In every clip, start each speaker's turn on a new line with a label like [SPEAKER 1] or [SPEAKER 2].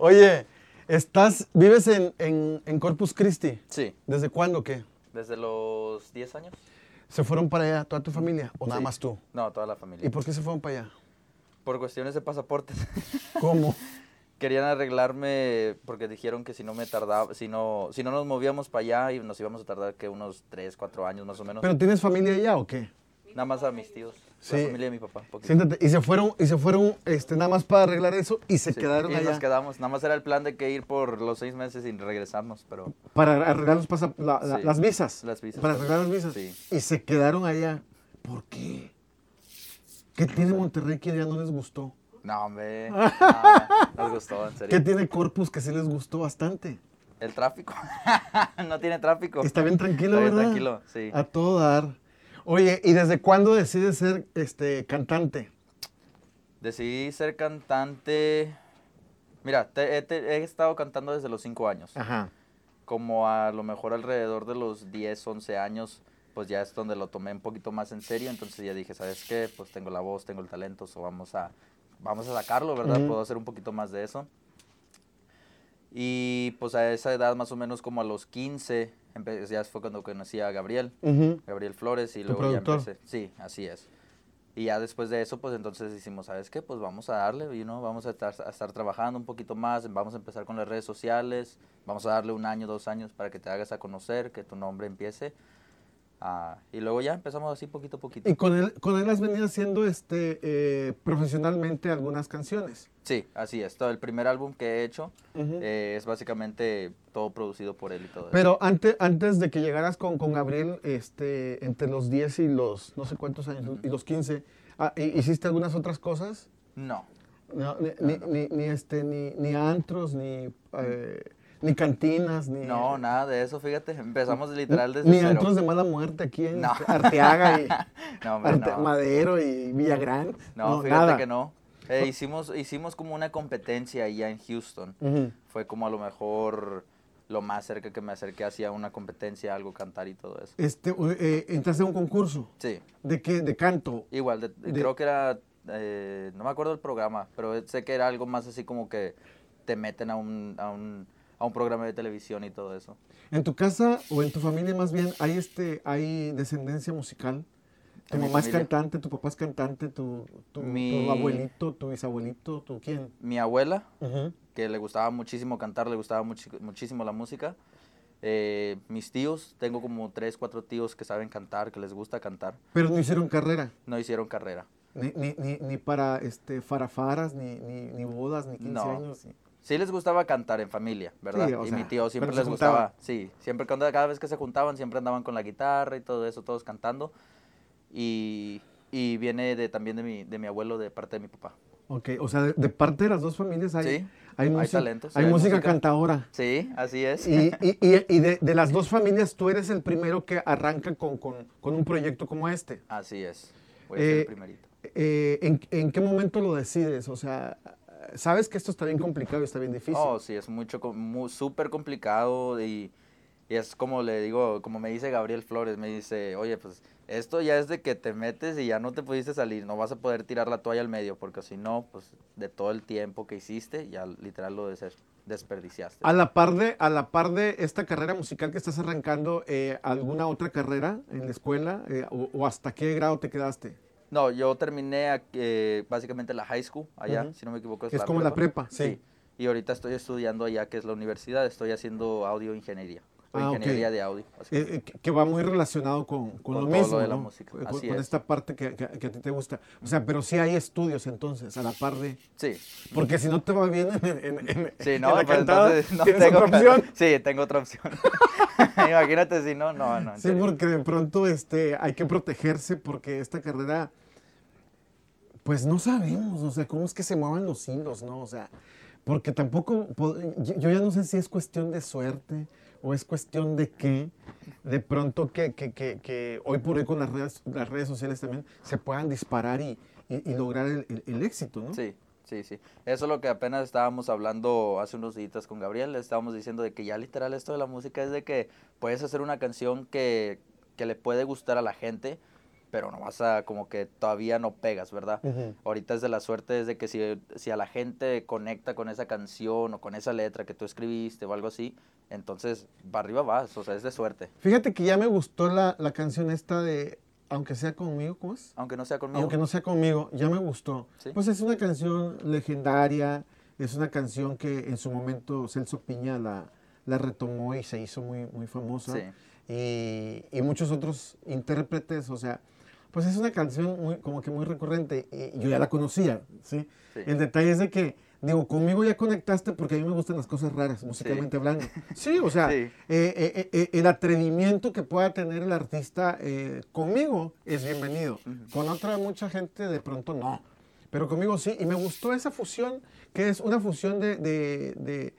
[SPEAKER 1] Oye, estás, vives en, en- en Corpus Christi.
[SPEAKER 2] Sí,
[SPEAKER 1] ¿Desde cuándo qué?
[SPEAKER 2] desde los 10 años.
[SPEAKER 1] ¿Se fueron para allá toda tu familia o nada
[SPEAKER 2] Sí.
[SPEAKER 1] más tú?
[SPEAKER 2] No, toda la
[SPEAKER 1] ¿Y
[SPEAKER 2] familia.
[SPEAKER 1] por qué se fueron para allá?
[SPEAKER 2] Por cuestiones de pasaportes.
[SPEAKER 1] ¿Cómo?
[SPEAKER 2] Querían arreglarme porque dijeron que si no me tardaba, si no, si no nos movíamos para allá y nos íbamos a tardar que unos 3, 4 años más o menos.
[SPEAKER 1] ¿Pero tienes familia allá o qué?
[SPEAKER 2] Nada más a mis tíos,
[SPEAKER 1] Sí.
[SPEAKER 2] la familia de mi papá. poquito.
[SPEAKER 1] Siéntate. Y se fueron, y se fueron este, nada más para arreglar eso y se
[SPEAKER 2] Sí,
[SPEAKER 1] quedaron
[SPEAKER 2] y
[SPEAKER 1] allá
[SPEAKER 2] nos quedamos. Nada más era el plan de que ir por los seis meses y regresarnos, pero
[SPEAKER 1] para arreglar los pasa- la- la-
[SPEAKER 2] Sí.
[SPEAKER 1] las visas.
[SPEAKER 2] Las visas.
[SPEAKER 1] Para arreglar las visas.
[SPEAKER 2] Sí.
[SPEAKER 1] Y se quedaron allá. ¿Por qué? ¿Qué tiene Monterrey que ya no les gustó?
[SPEAKER 2] no, hombre. nada, nos gustó, en
[SPEAKER 1] ¿Qué
[SPEAKER 2] serio.
[SPEAKER 1] tiene Corpus que sí les gustó bastante?
[SPEAKER 2] El tráfico. no tiene tráfico.
[SPEAKER 1] Está bien tranquilo,
[SPEAKER 2] Está bien
[SPEAKER 1] ¿verdad?
[SPEAKER 2] tranquilo, sí.
[SPEAKER 1] A todo dar. Oye, ¿y desde cuándo decides ser este cantante?
[SPEAKER 2] Decidí ser cantante. Mira, te- he, te- he estado cantando desde los 5 años.
[SPEAKER 1] Ajá.
[SPEAKER 2] Como a lo mejor alrededor de los 10, 11 años, pues ya es donde lo tomé un poquito más en serio. Entonces ya dije, ¿sabes qué? Pues tengo la voz, tengo el talento, so vamos a, vamos a sacarlo, ¿verdad?
[SPEAKER 1] Ujú.
[SPEAKER 2] Puedo hacer un poquito más de eso. Y pues a esa edad, más o menos como a los 15, empe- ya fue cuando conocí a Gabriel. Gabriel Flores y
[SPEAKER 1] ¿Tu
[SPEAKER 2] luego
[SPEAKER 1] productor?
[SPEAKER 2] ya empecé. Sí, así es. Y ya después de eso, pues entonces hicimos, ¿sabes qué? Pues vamos a darle, you know, vamos a estar, a estar trabajando un poquito más, vamos a empezar con las redes sociales, vamos a darle un año, dos años para que te hagas a conocer, que tu nombre empiece. Ah, y luego ya empezamos así poquito a poquito.
[SPEAKER 1] Y con él, con él has venido haciendo este, eh, profesionalmente algunas canciones.
[SPEAKER 2] Sí, así es. Todo el primer álbum que he hecho
[SPEAKER 1] Ujú.
[SPEAKER 2] eh, es básicamente todo producido por él y todo eso.
[SPEAKER 1] Pero antes, antes de que llegaras con, con Gabriel, este, entre los 10 y los no sé cuántos años, y los 15, ah, ¿hi- ¿hiciste algunas otras cosas?
[SPEAKER 2] No,
[SPEAKER 1] No, ni, ni- ni- ni, este, ni, ni antros, ni, eh, ni cantinas, ni...
[SPEAKER 2] no, nada de eso, fíjate. Empezamos literal desde
[SPEAKER 1] Ni
[SPEAKER 2] cero.
[SPEAKER 1] antros de mala muerte aquí en
[SPEAKER 2] No.
[SPEAKER 1] este, Arteaga y
[SPEAKER 2] No, hombre,
[SPEAKER 1] Arte-
[SPEAKER 2] no.
[SPEAKER 1] Madero y Villagrán.
[SPEAKER 2] No, fíjate
[SPEAKER 1] nada.
[SPEAKER 2] que no. Eh, hicimos, hicimos como una competencia allá en Houston.
[SPEAKER 1] Ujú.
[SPEAKER 2] Fue como a lo mejor lo más cerca que me acerqué hacia una competencia, algo cantar y todo eso.
[SPEAKER 1] Este, u- eh, entraste a un concurso.
[SPEAKER 2] Sí,
[SPEAKER 1] ¿De qué? ¿De canto?
[SPEAKER 2] igual, de-
[SPEAKER 1] De-
[SPEAKER 2] creo que era, eh, no me acuerdo el programa, pero sé que era algo más así como que te meten a un, a un, a un programa de televisión y todo eso.
[SPEAKER 1] ¿En tu casa o en tu familia más bien hay este hay descendencia musical? ¿Tu
[SPEAKER 2] En mi
[SPEAKER 1] mamá es
[SPEAKER 2] familia.
[SPEAKER 1] cantante, tu papá es cantante, tu, tu- tu
[SPEAKER 2] Mi-
[SPEAKER 1] abuelito, tu bisabuelito, tu quién?
[SPEAKER 2] Mi abuela, que le gustaba muchísimo cantar, le gustaba muchi- muchísimo la música. Eh, mis tíos, tengo como tres, cuatro tíos que saben cantar, que les gusta cantar.
[SPEAKER 1] Pero no hicieron carrera,
[SPEAKER 2] No hicieron carrera.
[SPEAKER 1] ni, ni, ni, ni para este, farafaras, ni, ni, ni bodas, ni 15
[SPEAKER 2] No.
[SPEAKER 1] años. ni-
[SPEAKER 2] Sí les gustaba cantar en familia, ¿verdad?
[SPEAKER 1] Sí, o
[SPEAKER 2] y
[SPEAKER 1] sea,
[SPEAKER 2] mi tío siempre
[SPEAKER 1] pero se
[SPEAKER 2] les gustaba,
[SPEAKER 1] juntaban.
[SPEAKER 2] sí, siempre cuando cada vez que se juntaban siempre andaban con la guitarra y todo eso, todos cantando. Y, y viene de también de mi, de mi abuelo de parte de mi papá.
[SPEAKER 1] Ok, o sea, de, de parte de las dos familias hay,
[SPEAKER 2] Sí,
[SPEAKER 1] hay,
[SPEAKER 2] hay
[SPEAKER 1] música,
[SPEAKER 2] talentos, sí,
[SPEAKER 1] hay
[SPEAKER 2] hay
[SPEAKER 1] música
[SPEAKER 2] música.
[SPEAKER 1] cantadora.
[SPEAKER 2] Sí, así es.
[SPEAKER 1] Y, y- y- y de, de las dos familias tú eres el primero que arranca con, con- con un proyecto como este.
[SPEAKER 2] Así es. Voy a ser
[SPEAKER 1] Eh,
[SPEAKER 2] el primerito.
[SPEAKER 1] Eh, ¿en, en qué momento lo decides? O sea, sabes que esto está bien complicado y está bien difícil.
[SPEAKER 2] Oh, sí, es mucho, com- mu- súper complicado y, y es como le digo, como me dice Gabriel Flores, me dice, oye, pues esto ya es de que te metes y ya no te pudiste salir, no vas a poder tirar la toalla al medio, porque si no, pues de todo el tiempo que hiciste, ya literal lo des- desperdiciaste.
[SPEAKER 1] A la par de, a la par de esta carrera musical que estás arrancando, eh, ¿alguna otra carrera en la escuela? Eh, o, o hasta qué grado te quedaste?
[SPEAKER 2] No, yo terminé aquí, eh, básicamente la high school allá,
[SPEAKER 1] Ujú.
[SPEAKER 2] si no me equivoco.
[SPEAKER 1] Es como la prepa, sí.
[SPEAKER 2] Y ahorita estoy estudiando allá, que es la universidad, estoy haciendo audio ingeniería, o
[SPEAKER 1] Ah, ok.
[SPEAKER 2] ingeniería de audio. así
[SPEAKER 1] Eh, eh, que- que va muy relacionado con, con
[SPEAKER 2] Con
[SPEAKER 1] lo
[SPEAKER 2] todo lo
[SPEAKER 1] mismo,
[SPEAKER 2] de la
[SPEAKER 1] ¿no? Eh,
[SPEAKER 2] música,
[SPEAKER 1] Con,
[SPEAKER 2] así
[SPEAKER 1] con
[SPEAKER 2] es.
[SPEAKER 1] esta parte que, que- que a ti te gusta. O sea, pero sí hay estudios entonces, a la par de...
[SPEAKER 2] que- sí.
[SPEAKER 1] Porque si no te va bien en, en- en-
[SPEAKER 2] Sí,
[SPEAKER 1] en
[SPEAKER 2] no,
[SPEAKER 1] la
[SPEAKER 2] pues
[SPEAKER 1] cantada,
[SPEAKER 2] entonces no
[SPEAKER 1] tienes
[SPEAKER 2] tengo
[SPEAKER 1] otra opción.
[SPEAKER 2] Sí, tengo otra opción. Imagínate si no, no, no. en
[SPEAKER 1] Sí,
[SPEAKER 2] serio.
[SPEAKER 1] porque de pronto este, hay que protegerse porque esta carrera, pues no sabemos, o sea, cómo es que se muevan los hilos, ¿no? O sea, porque tampoco, po- yo yo ya no sé si es cuestión de suerte o es cuestión de que de pronto que, que- que- que hoy por hoy con las redes, las redes sociales también se puedan disparar y, y- y lograr el, el- el éxito, ¿no?
[SPEAKER 2] Sí, sí, sí. Eso es lo que apenas estábamos hablando hace unos días con Gabriel. le Estábamos diciendo de que ya literal esto de la música es de que puedes hacer una canción que, que le puede gustar a la gente, pero no vas a, como que todavía no pegas, ¿verdad?
[SPEAKER 1] Ujú.
[SPEAKER 2] Ahorita es de la suerte es de que si, si a la gente conecta con esa canción o con esa letra que tú escribiste o algo así, entonces va arriba vas, o sea, es de suerte.
[SPEAKER 1] Fíjate que ya me gustó la, la canción esta de Aunque sea conmigo, ¿cómo es?
[SPEAKER 2] Aunque no sea conmigo.
[SPEAKER 1] Aunque no sea conmigo, ya me gustó.
[SPEAKER 2] Sí.
[SPEAKER 1] Pues es una canción legendaria, es una canción que en su momento Celso Piña la, la retomó y se hizo muy, muy famosa.
[SPEAKER 2] Sí.
[SPEAKER 1] Y, y muchos otros intérpretes, o sea, pues es una canción muy, como que muy recurrente y yo ya la conocía, ¿sí?
[SPEAKER 2] Sí.
[SPEAKER 1] El detalle es de que, digo, conmigo ya conectaste porque a mí me gustan las cosas raras, musicalmente hablando. Sí, o sea,
[SPEAKER 2] Sí.
[SPEAKER 1] eh, eh, eh, el atrevimiento que pueda tener el artista eh, conmigo es bienvenido. Con otra mucha gente de pronto no, pero conmigo sí. Y me gustó esa fusión, que es una fusión de, de- de-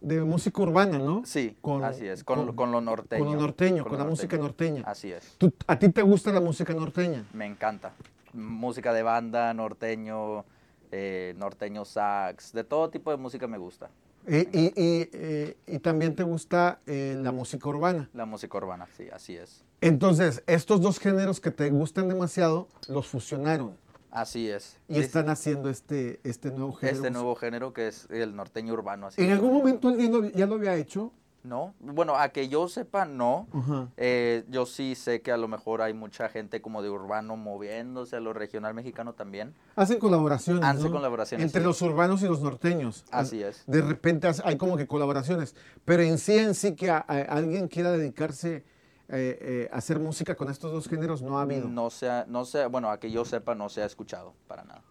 [SPEAKER 1] de música urbana, ¿no?
[SPEAKER 2] Sí,
[SPEAKER 1] Con-
[SPEAKER 2] así es, con,
[SPEAKER 1] con-
[SPEAKER 2] con lo norteño.
[SPEAKER 1] con lo norteño, con
[SPEAKER 2] lo
[SPEAKER 1] la música norteña.
[SPEAKER 2] Así es,
[SPEAKER 1] Tú- ¿A ti te gusta la música norteña?
[SPEAKER 2] me encanta. Música de banda, norteño, eh, norteño sax, de todo tipo de música me gusta,
[SPEAKER 1] Y, y- y, eh, y también te gusta eh, la música urbana.
[SPEAKER 2] la música urbana, sí, así es.
[SPEAKER 1] Entonces, estos dos géneros que te gustan demasiado los fusionaron
[SPEAKER 2] Así es.
[SPEAKER 1] y
[SPEAKER 2] Sí,
[SPEAKER 1] están haciendo este, este nuevo género.
[SPEAKER 2] Este nuevo género que es el norteño urbano. Así
[SPEAKER 1] ¿En
[SPEAKER 2] es.
[SPEAKER 1] algún momento él ya lo, ya lo había hecho?
[SPEAKER 2] No, bueno, a que yo sepa, no.
[SPEAKER 1] Ajá.
[SPEAKER 2] Eh, yo sí sé que a lo mejor hay mucha gente como de urbano moviéndose a lo regional mexicano también.
[SPEAKER 1] Hacen colaboraciones.
[SPEAKER 2] Hacen
[SPEAKER 1] ¿no?
[SPEAKER 2] colaboraciones,
[SPEAKER 1] Entre
[SPEAKER 2] sí.
[SPEAKER 1] los urbanos y los norteños.
[SPEAKER 2] Así es.
[SPEAKER 1] De repente hace- hay como que colaboraciones. Pero en sí, en sí que a- a- alguien quiera dedicarse eh, eh, a hacer música con estos dos géneros, no ha habido.
[SPEAKER 2] No sea, no sea, bueno, a que yo sepa, no se ha escuchado para nada.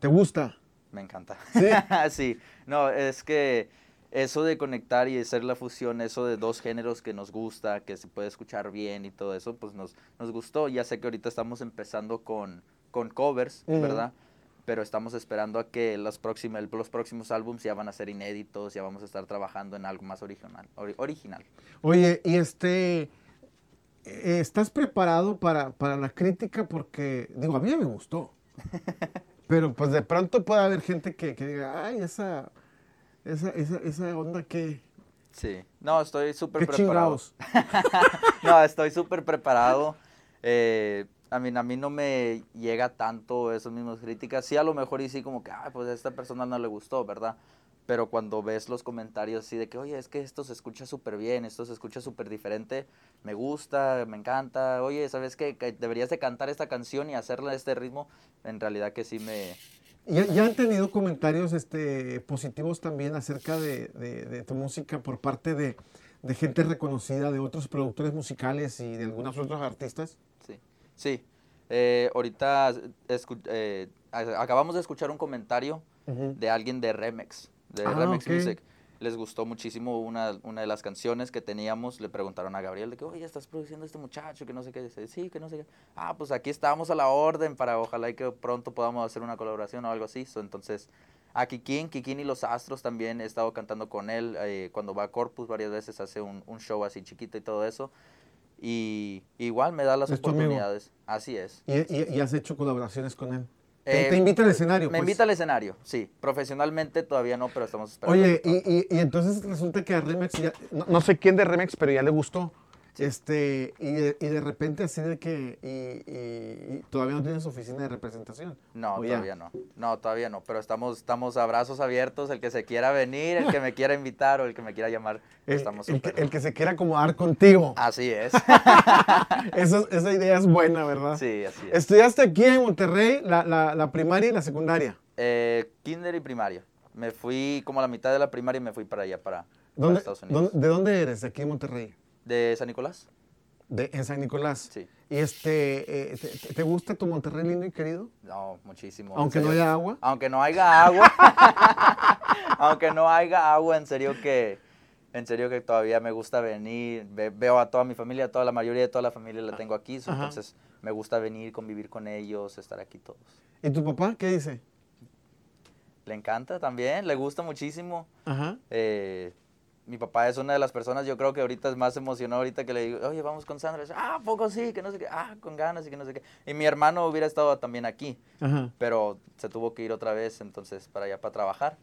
[SPEAKER 1] ¿Te gusta?
[SPEAKER 2] Me encanta.
[SPEAKER 1] ¿Sí?
[SPEAKER 2] ¿Sí? No, es que eso de conectar y hacer la fusión, eso de dos géneros que nos gusta, que se puede escuchar bien y todo eso, pues nos, nos gustó. Ya sé que ahorita estamos empezando con, con covers,
[SPEAKER 1] Ujú.
[SPEAKER 2] ¿verdad? Pero estamos esperando a que las próxima- el- los próximos álbums ya van a ser inéditos, ya vamos a estar trabajando en algo más original. ori- original.
[SPEAKER 1] Oye, y este, eh, ¿estás preparado para, para la crítica? Porque, digo, a mí ya me gustó. Pero pues de pronto puede haber gente que, que diga, ay, esa, esa, esa, esa onda que...
[SPEAKER 2] Sí. No, estoy súper
[SPEAKER 1] Qué
[SPEAKER 2] preparado.
[SPEAKER 1] chingados.
[SPEAKER 2] no, estoy súper preparado. Eh, a, mí, a mí no me llega tanto esas mismas críticas. Sí, a lo mejor y sí como que, ah, pues a esta persona no le gustó, ¿verdad? Pero cuando ves los comentarios así de que, oye, es que esto se escucha súper bien, esto se escucha súper diferente, me gusta, me encanta, oye, ¿sabes qué? Que Deberías de cantar esta canción y hacerla a este ritmo. En realidad que sí me...
[SPEAKER 1] ¿Ya, ya han tenido comentarios este, positivos también acerca de, de- de tu música por parte de, de gente reconocida, de otros productores musicales y de algunos otros artistas?
[SPEAKER 2] Sí, sí. Eh, ahorita escu- eh, a- acabamos de escuchar un comentario
[SPEAKER 1] Ujú.
[SPEAKER 2] de alguien de Remex, de
[SPEAKER 1] Ah,
[SPEAKER 2] Remex
[SPEAKER 1] ok.
[SPEAKER 2] Music. Les gustó muchísimo una, una de las canciones que teníamos. Le preguntaron a Gabriel de que, oye, estás produciendo este muchacho, que no sé qué. Dice, sí, que no sé qué. Ah, pues aquí estábamos a la orden para ojalá y que pronto podamos hacer una colaboración o algo así. So, entonces, a Kikín, Kikín y los Astros también he estado cantando con él. eh, cuando va a Corpus varias veces hace un, un show así chiquito y todo eso. Y igual me da las
[SPEAKER 1] Es tu amigo.
[SPEAKER 2] oportunidades. Así es.
[SPEAKER 1] ¿Y, y- y has hecho colaboraciones con él? ¿Te,
[SPEAKER 2] Eh,
[SPEAKER 1] te invita al escenario?
[SPEAKER 2] Me
[SPEAKER 1] pues?
[SPEAKER 2] invita al escenario, sí. Profesionalmente todavía no, pero estamos esperando.
[SPEAKER 1] Oye, y, y- y entonces resulta que a Remex, ya- no, no sé quién de Remex, pero ya le gustó. Este, y, de, y de repente así de que y- y- y todavía no tienes oficina de representación.
[SPEAKER 2] No,
[SPEAKER 1] ¿O ya?
[SPEAKER 2] todavía no. No, todavía no. Pero estamos, estamos a brazos abiertos. El que se quiera venir, el que me quiera invitar o el que me quiera llamar,
[SPEAKER 1] El,
[SPEAKER 2] estamos
[SPEAKER 1] el que,
[SPEAKER 2] súper. Ah.
[SPEAKER 1] el que se quiera acomodar contigo.
[SPEAKER 2] Así es.
[SPEAKER 1] Eso- esa idea es buena, ¿verdad?
[SPEAKER 2] Sí, así es.
[SPEAKER 1] Estudiaste aquí en Monterrey la, la- la primaria y la secundaria.
[SPEAKER 2] Eh, kinder y primaria. Me fui como a la mitad de la primaria y me fui para allá, para, para
[SPEAKER 1] ¿Dónde-
[SPEAKER 2] Estados Unidos.
[SPEAKER 1] dónde- ¿De dónde eres? De aquí en Monterrey.
[SPEAKER 2] ¿De San Nicolás?
[SPEAKER 1] De, en San Nicolás.
[SPEAKER 2] Sí.
[SPEAKER 1] ¿Y este, eh, te- te- te gusta tu Monterrey lindo y querido?
[SPEAKER 2] No, muchísimo. en
[SPEAKER 1] Aunque no
[SPEAKER 2] serio.
[SPEAKER 1] haya agua.
[SPEAKER 2] Aunque no haya agua. aunque no haya agua, en serio que. En serio que todavía me gusta venir. ve- veo a toda mi familia, toda la mayoría de toda la familia la tengo aquí. so,
[SPEAKER 1] Ajá.
[SPEAKER 2] entonces me gusta venir, convivir con ellos, estar aquí todos.
[SPEAKER 1] ¿Y tu papá qué dice?
[SPEAKER 2] Le encanta también, le gusta muchísimo.
[SPEAKER 1] Ajá.
[SPEAKER 2] Eh, mi papá es una de las personas, yo creo que ahorita es más emocionado ahorita que le digo, oye, vamos con Sandra. Dice, ah, ¿a poco sí, que no sé qué, ah, con ganas y que no sé qué. Y mi hermano hubiera estado también aquí.
[SPEAKER 1] Ajá.
[SPEAKER 2] pero se tuvo que ir otra vez entonces para allá para trabajar.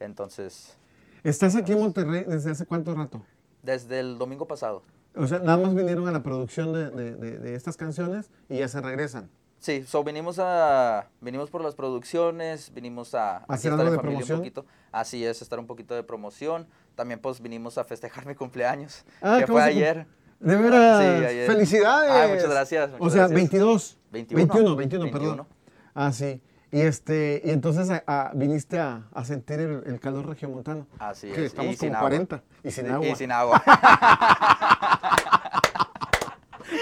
[SPEAKER 2] Entonces,
[SPEAKER 1] Pues ¿Estás aquí en Monterrey desde hace cuánto rato?
[SPEAKER 2] desde el domingo pasado.
[SPEAKER 1] O sea, nada más vinieron a la producción de, de- de- de estas canciones y ya se regresan.
[SPEAKER 2] Sí, so vinimos a vinimos por las producciones, vinimos a aquí
[SPEAKER 1] ¿Hacer
[SPEAKER 2] está
[SPEAKER 1] algo
[SPEAKER 2] la
[SPEAKER 1] de
[SPEAKER 2] familia un
[SPEAKER 1] promoción?
[SPEAKER 2] poquito. Así es, estar un poquito de promoción. También pues vinimos a festejar mi cumpleaños,
[SPEAKER 1] Ah,
[SPEAKER 2] que
[SPEAKER 1] ¿cómo
[SPEAKER 2] fue
[SPEAKER 1] se cum-
[SPEAKER 2] ayer.
[SPEAKER 1] De veras,
[SPEAKER 2] Sí, ayer.
[SPEAKER 1] felicidades.
[SPEAKER 2] Ay, muchas gracias,
[SPEAKER 1] o
[SPEAKER 2] muchas
[SPEAKER 1] sea,
[SPEAKER 2] gracias.
[SPEAKER 1] 22.
[SPEAKER 2] 21,
[SPEAKER 1] 21, 21,
[SPEAKER 2] 21.
[SPEAKER 1] perdón. Ah, sí. Y, este, y entonces a- a- viniste a, a sentir el, el calor regiomontano.
[SPEAKER 2] Así
[SPEAKER 1] Que
[SPEAKER 2] es,
[SPEAKER 1] estamos
[SPEAKER 2] y sin
[SPEAKER 1] como
[SPEAKER 2] agua.
[SPEAKER 1] 40. Y sin agua.
[SPEAKER 2] Y sin agua.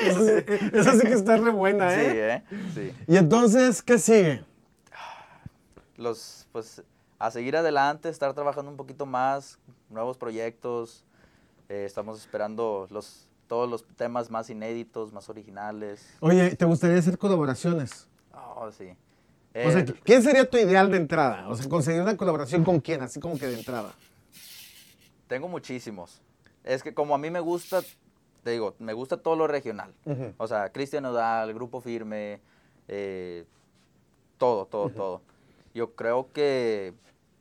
[SPEAKER 1] Eso sí- Esa sí que está re buena,
[SPEAKER 2] sí,
[SPEAKER 1] ¿eh?
[SPEAKER 2] ¿eh? Sí.
[SPEAKER 1] Y entonces, ¿qué sigue?
[SPEAKER 2] Los pues a seguir adelante, estar trabajando un poquito más, nuevos proyectos. eh, estamos esperando los todos los temas más inéditos, más originales.
[SPEAKER 1] Oye, ¿te gustaría hacer colaboraciones?
[SPEAKER 2] Oh, sí.
[SPEAKER 1] o sea,
[SPEAKER 2] Eh,
[SPEAKER 1] ¿quién sería tu ideal de entrada? O sea, conseguir una colaboración con quién, así como que de entrada.
[SPEAKER 2] Tengo muchísimos. Es que como a mí me gusta, te digo, me gusta todo lo regional.
[SPEAKER 1] Ujú.
[SPEAKER 2] O sea, Cristian Odal, Grupo Firme, eh, todo, todo, todo. Yo creo que,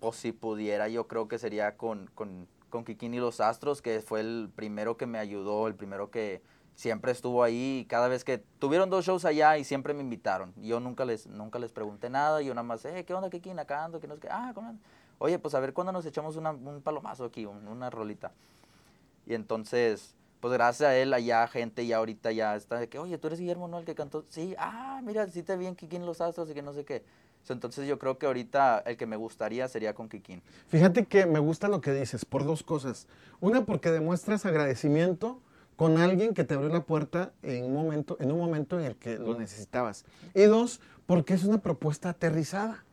[SPEAKER 2] pues si pudiera, yo creo que sería con, con, con Kikín y los Astros, que fue el primero que me ayudó, el primero que siempre estuvo ahí. y Cada vez que tuvieron dos shows allá y siempre me invitaron. Yo nunca les, nunca les pregunté nada. Yo nada más, eh, ¿qué onda Kikín? Acá ando, que no sé qué. Ah, ¿cómo andas? Oye, pues a ver cuándo nos echamos una- un palomazo aquí, un- una rolita. Y entonces, pues gracias a él, allá gente ya ahorita ya está de que, oye, tú eres Guillermo, ¿no? El que cantó. Sí, ah, mira, sí te vi en Kikín Los Astros y que no sé qué. So, Entonces yo creo que ahorita el que me gustaría sería con Kikín.
[SPEAKER 1] Fíjate que me gusta lo que dices por dos cosas. Una, porque demuestras agradecimiento con alguien que te abrió la puerta en un momento en, un momento en el que lo necesitabas. Y dos, porque es una propuesta aterrizada.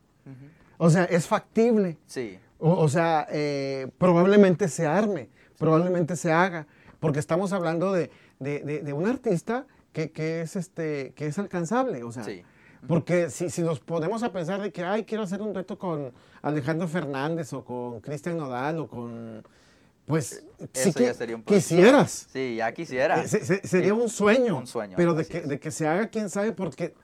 [SPEAKER 1] O sea, es factible.
[SPEAKER 2] Sí,
[SPEAKER 1] O, o sea, eh, probablemente se arme, probablemente se haga, porque estamos hablando de, de- de- de un artista que, que es, este, que es alcanzable. O sea,
[SPEAKER 2] Sí.
[SPEAKER 1] porque si, si nos ponemos a pensar de que, ay, quiero hacer un reto con Alejandro Fernández o con Cristian Nodal o con... Pues sí
[SPEAKER 2] Eh, eso
[SPEAKER 1] que
[SPEAKER 2] ya sería un poquito-
[SPEAKER 1] quisieras.
[SPEAKER 2] Sí, ya quisiera.
[SPEAKER 1] Eh, se- se- sería
[SPEAKER 2] Sí,
[SPEAKER 1] un sueño.
[SPEAKER 2] un sueño,
[SPEAKER 1] Pero de
[SPEAKER 2] así
[SPEAKER 1] que,
[SPEAKER 2] es.
[SPEAKER 1] de que se haga, quién sabe, porque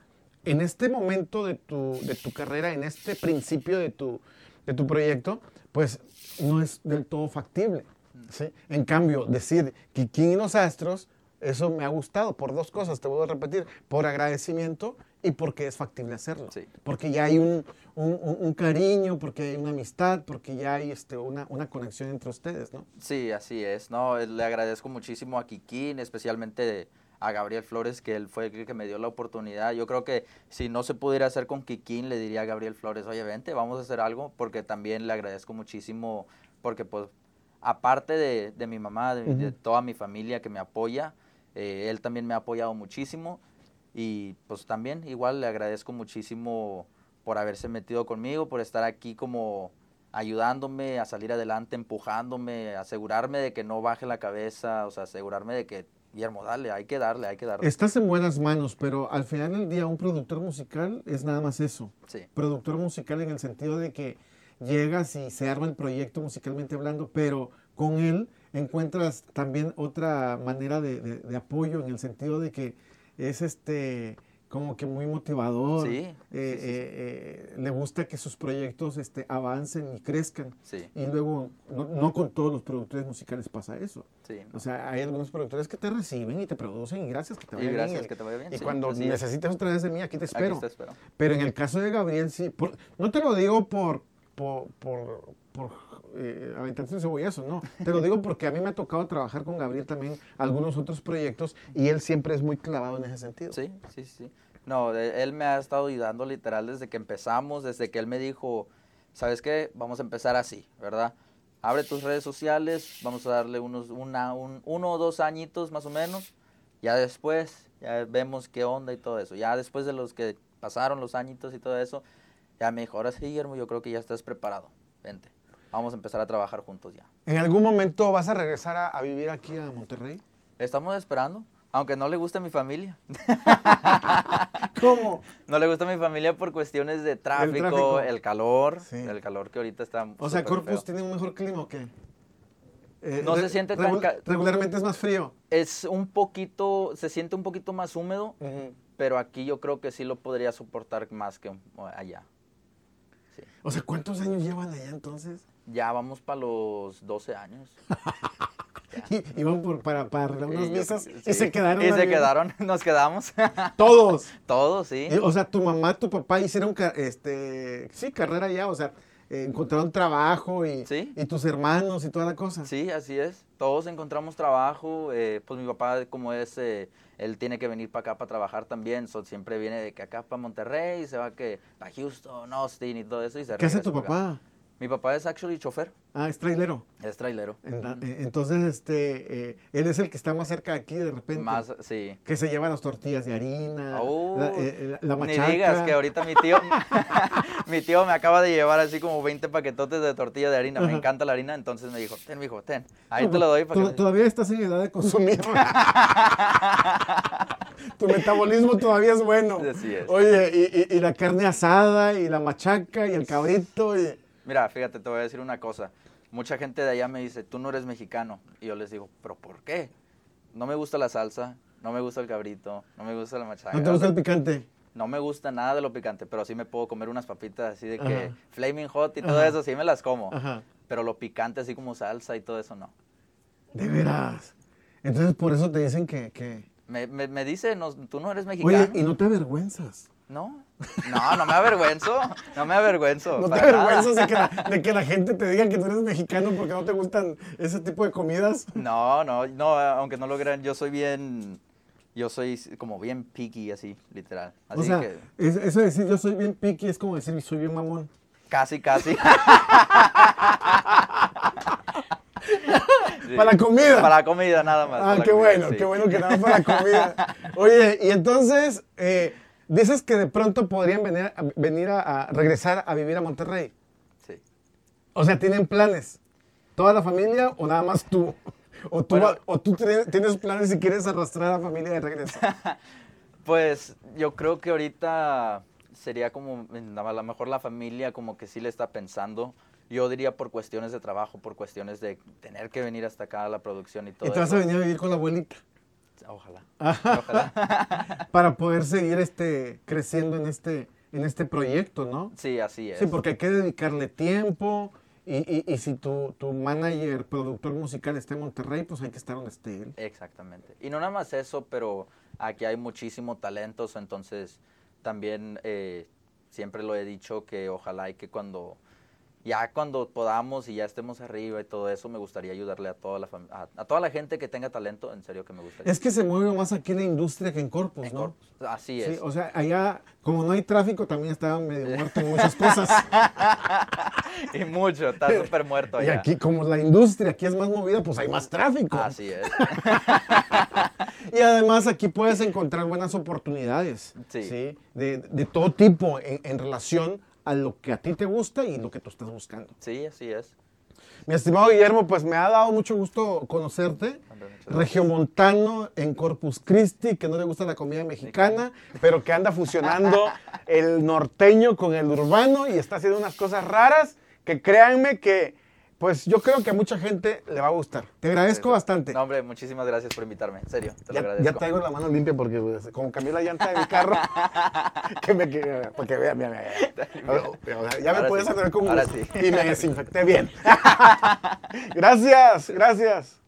[SPEAKER 1] en este momento de tu, de tu carrera, en este principio de tu, de tu proyecto, pues no es del todo factible.
[SPEAKER 2] Mm.
[SPEAKER 1] ¿sí? En cambio, decir Kikín y los Astros, eso me ha gustado por dos cosas, te vuelvo a repetir, por agradecimiento y porque es factible hacerlo.
[SPEAKER 2] Sí.
[SPEAKER 1] Porque ya hay un, un- un- un cariño, porque hay una amistad, porque ya hay este, una, una conexión entre ustedes, ¿no?
[SPEAKER 2] Sí, así es. No, eh, le agradezco muchísimo a Kikín, especialmente a Gabriel Flores, que él fue el que me dio la oportunidad. Yo creo que si no se pudiera hacer con Kikín, le diría a Gabriel Flores, oye, vente, vamos a hacer algo, porque también le agradezco muchísimo, porque pues, aparte de, de mi mamá, de, de
[SPEAKER 1] Ujú.
[SPEAKER 2] toda mi familia que me apoya, eh, él también me ha apoyado muchísimo. Y pues también igual le agradezco muchísimo por haberse metido conmigo, por estar aquí como ayudándome a salir adelante, empujándome, asegurarme de que no baje la cabeza, o sea, asegurarme de que, Guillermo, dale, hay que darle, hay que darle.
[SPEAKER 1] Estás en buenas manos, pero al final del día un productor musical es nada más eso.
[SPEAKER 2] Sí,
[SPEAKER 1] Productor musical en el sentido de que llegas y se arma el proyecto musicalmente hablando, pero con él encuentras también otra manera de, de- de apoyo en el sentido de que es este como que muy motivador.
[SPEAKER 2] Sí,
[SPEAKER 1] Eh,
[SPEAKER 2] sí, sí, sí.
[SPEAKER 1] eh, eh, le gusta que sus proyectos este, avancen y crezcan.
[SPEAKER 2] sí,
[SPEAKER 1] Y luego, no, no con todos los productores musicales pasa eso.
[SPEAKER 2] sí.
[SPEAKER 1] O sea, hay algunos productores que te reciben y te producen y gracias que te
[SPEAKER 2] Y
[SPEAKER 1] vaya bien.
[SPEAKER 2] gracias, que te vaya bien,
[SPEAKER 1] Y
[SPEAKER 2] sí,
[SPEAKER 1] cuando
[SPEAKER 2] así es.
[SPEAKER 1] necesites otra vez de mí, aquí te
[SPEAKER 2] Aquí
[SPEAKER 1] espero.
[SPEAKER 2] te espero.
[SPEAKER 1] Pero en el caso de Gabriel, sí. por- no te lo digo por, por, por, por eh, aventarte un cebollazo, no. Te lo digo porque a mí me ha tocado trabajar con Gabriel también algunos otros proyectos y él siempre es muy clavado en ese sentido.
[SPEAKER 2] Sí, sí, sí. No, de- él me ha estado ayudando literal desde que empezamos, desde que él me dijo, ¿sabes qué? Vamos a empezar así, ¿verdad? Abre tus redes sociales, vamos a darle unos una, un- uno o dos añitos más o menos, ya después, ya vemos qué onda y todo eso. Ya después de los que pasaron los añitos y todo eso, ya me dijo, ahora sí, Guillermo, yo creo que ya estás preparado, vente, vamos a empezar a trabajar juntos ya.
[SPEAKER 1] ¿En algún momento vas a regresar a, a vivir aquí a Monterrey?
[SPEAKER 2] Estamos esperando, aunque no le guste a mi familia.
[SPEAKER 1] ¿Cómo?
[SPEAKER 2] No le gusta a mi familia por cuestiones de tráfico, el,
[SPEAKER 1] tráfico.
[SPEAKER 2] calor,
[SPEAKER 1] Sí.
[SPEAKER 2] el calor que ahorita está.
[SPEAKER 1] O sea,
[SPEAKER 2] súper
[SPEAKER 1] Corpus
[SPEAKER 2] feo.
[SPEAKER 1] tiene un mejor clima o qué? Eh,
[SPEAKER 2] No se
[SPEAKER 1] re-
[SPEAKER 2] siente tan
[SPEAKER 1] regu-
[SPEAKER 2] ca-
[SPEAKER 1] Regularmente es más frío.
[SPEAKER 2] Es un poquito, se siente un poquito más húmedo, pero aquí yo creo que sí lo podría soportar más que allá. Sí.
[SPEAKER 1] O sea, ¿cuántos años llevan allá entonces?
[SPEAKER 2] Ya vamos para los 12 años.
[SPEAKER 1] Y, iban por, para, para arreglar unas
[SPEAKER 2] Eh, yo-
[SPEAKER 1] mesas
[SPEAKER 2] sí.
[SPEAKER 1] y se quedaron.
[SPEAKER 2] Y se
[SPEAKER 1] ahí.
[SPEAKER 2] quedaron, nos quedamos.
[SPEAKER 1] Todos.
[SPEAKER 2] Todos, sí.
[SPEAKER 1] Eh, O sea, tu mamá, tu papá hicieron ca- este, sí, carrera ya, o sea, eh, encontraron trabajo y,
[SPEAKER 2] Sí.
[SPEAKER 1] y tus hermanos y toda la cosa.
[SPEAKER 2] Sí, así es. Todos encontramos trabajo. eh, pues mi papá, como es, eh, él tiene que venir para acá para trabajar también. so, siempre viene de que acá para Monterrey, se va que para Houston, Austin y todo eso. Y se
[SPEAKER 1] ¿Qué hace
[SPEAKER 2] regresa
[SPEAKER 1] tu
[SPEAKER 2] para acá.
[SPEAKER 1] papá?
[SPEAKER 2] Mi papá es actually chofer,
[SPEAKER 1] Ah, es trailero.
[SPEAKER 2] es trailero.
[SPEAKER 1] En- eh, Entonces, este, eh, él es el que está más cerca de aquí de repente.
[SPEAKER 2] Más, sí.
[SPEAKER 1] Que se lleva las tortillas de harina,
[SPEAKER 2] Oh,
[SPEAKER 1] la, eh, la- la
[SPEAKER 2] ni
[SPEAKER 1] machaca.
[SPEAKER 2] digas que ahorita mi tío, mi tío me acaba de llevar así como 20 paquetotes de tortilla de harina. Me
[SPEAKER 1] Ajá.
[SPEAKER 2] encanta la harina, entonces me dijo, ten, mijo, ten. Ahí
[SPEAKER 1] No,
[SPEAKER 2] te lo doy
[SPEAKER 1] to-
[SPEAKER 2] para que...
[SPEAKER 1] Todavía estás en edad de consumir. tu metabolismo todavía es bueno.
[SPEAKER 2] Así es.
[SPEAKER 1] Oye, y, y- y la carne asada, y la machaca, y el cabrito, y...
[SPEAKER 2] Mira, fíjate, te voy a decir una cosa. Mucha gente de allá me dice, tú no eres mexicano. Y yo les digo, ¿pero por qué? No me gusta la salsa, no me gusta el cabrito, no me gusta la machaca.
[SPEAKER 1] ¿No te gusta el picante?
[SPEAKER 2] No me gusta nada de lo picante, pero sí me puedo comer unas papitas así de que
[SPEAKER 1] Ajá.
[SPEAKER 2] flaming hot y todo
[SPEAKER 1] Ajá.
[SPEAKER 2] eso, sí me las como.
[SPEAKER 1] Ajá.
[SPEAKER 2] Pero lo picante así como salsa y todo eso, no.
[SPEAKER 1] De veras. Entonces, por eso te dicen que... que-
[SPEAKER 2] Me, me, me dice, "No, tú no eres mexicano.
[SPEAKER 1] Oye, y no te avergüenzas.
[SPEAKER 2] No, no, no me avergüenzo, no me avergüenzo.
[SPEAKER 1] No te
[SPEAKER 2] para nada.
[SPEAKER 1] avergüenzas de que, la, de que la gente te diga que tú eres mexicano porque no te gustan ese tipo de comidas.
[SPEAKER 2] No, no, no, aunque no lo crean, yo soy bien, yo soy como bien picky, así, literal. Así
[SPEAKER 1] o sea,
[SPEAKER 2] que
[SPEAKER 1] es- eso de decir yo soy bien piqui es como decir soy bien mamón.
[SPEAKER 2] casi, casi. Sí.
[SPEAKER 1] Para la comida.
[SPEAKER 2] Para la comida nada más. para
[SPEAKER 1] Ah,
[SPEAKER 2] la
[SPEAKER 1] qué
[SPEAKER 2] comida,
[SPEAKER 1] bueno,
[SPEAKER 2] sí.
[SPEAKER 1] qué bueno que nada más para la comida. Oye, y entonces, eh, dices que de pronto podrían venir, a, venir a, a regresar a vivir a Monterrey.
[SPEAKER 2] Sí.
[SPEAKER 1] O sea, ¿tienen planes? ¿Toda la familia o nada más tú? ¿O tú,
[SPEAKER 2] Bueno.
[SPEAKER 1] va- o tú tre- tienes planes y quieres arrastrar a la familia de regreso?
[SPEAKER 2] Pues yo creo que ahorita sería como, mm, a lo mejor la familia como que sí le está pensando. Yo diría por cuestiones de trabajo, por cuestiones de tener que venir hasta acá a la producción y todo
[SPEAKER 1] y te vas a
[SPEAKER 2] eso.
[SPEAKER 1] venir a vivir con la abuelita
[SPEAKER 2] Ojalá. Ojalá.
[SPEAKER 1] para poder seguir este, creciendo en este, en este proyecto, ¿no?
[SPEAKER 2] Sí, así es.
[SPEAKER 1] Sí, porque hay que dedicarle tiempo. Y, y- y si tu, tu manager, productor musical está en Monterrey, pues hay que estar donde esté él.
[SPEAKER 2] Exactamente. Y no nada más eso, pero aquí hay muchísimo talento, so entonces también eh, siempre lo he dicho que ojalá y que cuando, ya cuando podamos y ya estemos arriba y todo eso, me gustaría ayudarle a toda la, fam- a, a toda la gente que tenga talento, en serio que me gustaría.
[SPEAKER 1] Es que se mueve más aquí en la industria que en Corpus, ¿no?
[SPEAKER 2] Así
[SPEAKER 1] Sí,
[SPEAKER 2] es.
[SPEAKER 1] o sea, allá, como no hay tráfico, también estaban medio muertos muchas cosas.
[SPEAKER 2] y mucho, está súper muerto
[SPEAKER 1] Y
[SPEAKER 2] allá.
[SPEAKER 1] aquí, como la industria aquí es más movida, pues hay más tráfico.
[SPEAKER 2] Así es.
[SPEAKER 1] Y además aquí puedes encontrar buenas oportunidades,
[SPEAKER 2] Sí.
[SPEAKER 1] sí. De, de todo tipo en, en relación a lo que a ti te gusta y lo que tú estás buscando.
[SPEAKER 2] Sí, así es.
[SPEAKER 1] Mi estimado Guillermo, pues me ha dado mucho gusto conocerte.
[SPEAKER 2] Hombre, muchas gracias.
[SPEAKER 1] Regiomontano en Corpus Christi, que no le gusta la comida mexicana, pero que anda fusionando el norteño con el urbano y está haciendo unas cosas raras que créanme que, pues yo creo que a mucha gente le va a gustar. Te agradezco bastante.
[SPEAKER 2] No, hombre, muchísimas gracias por invitarme, en serio, te lo
[SPEAKER 1] Ya,
[SPEAKER 2] agradezco.
[SPEAKER 1] ya traigo la mano limpia porque pues, como cambié la llanta de mi carro, que me que, porque vea, mira, mira, mira. O- o sea, ya
[SPEAKER 2] Ahora
[SPEAKER 1] me puedes
[SPEAKER 2] sí,
[SPEAKER 1] atender con
[SPEAKER 2] ahora
[SPEAKER 1] gusto.
[SPEAKER 2] sí.
[SPEAKER 1] y me desinfecté bien. gracias, gracias.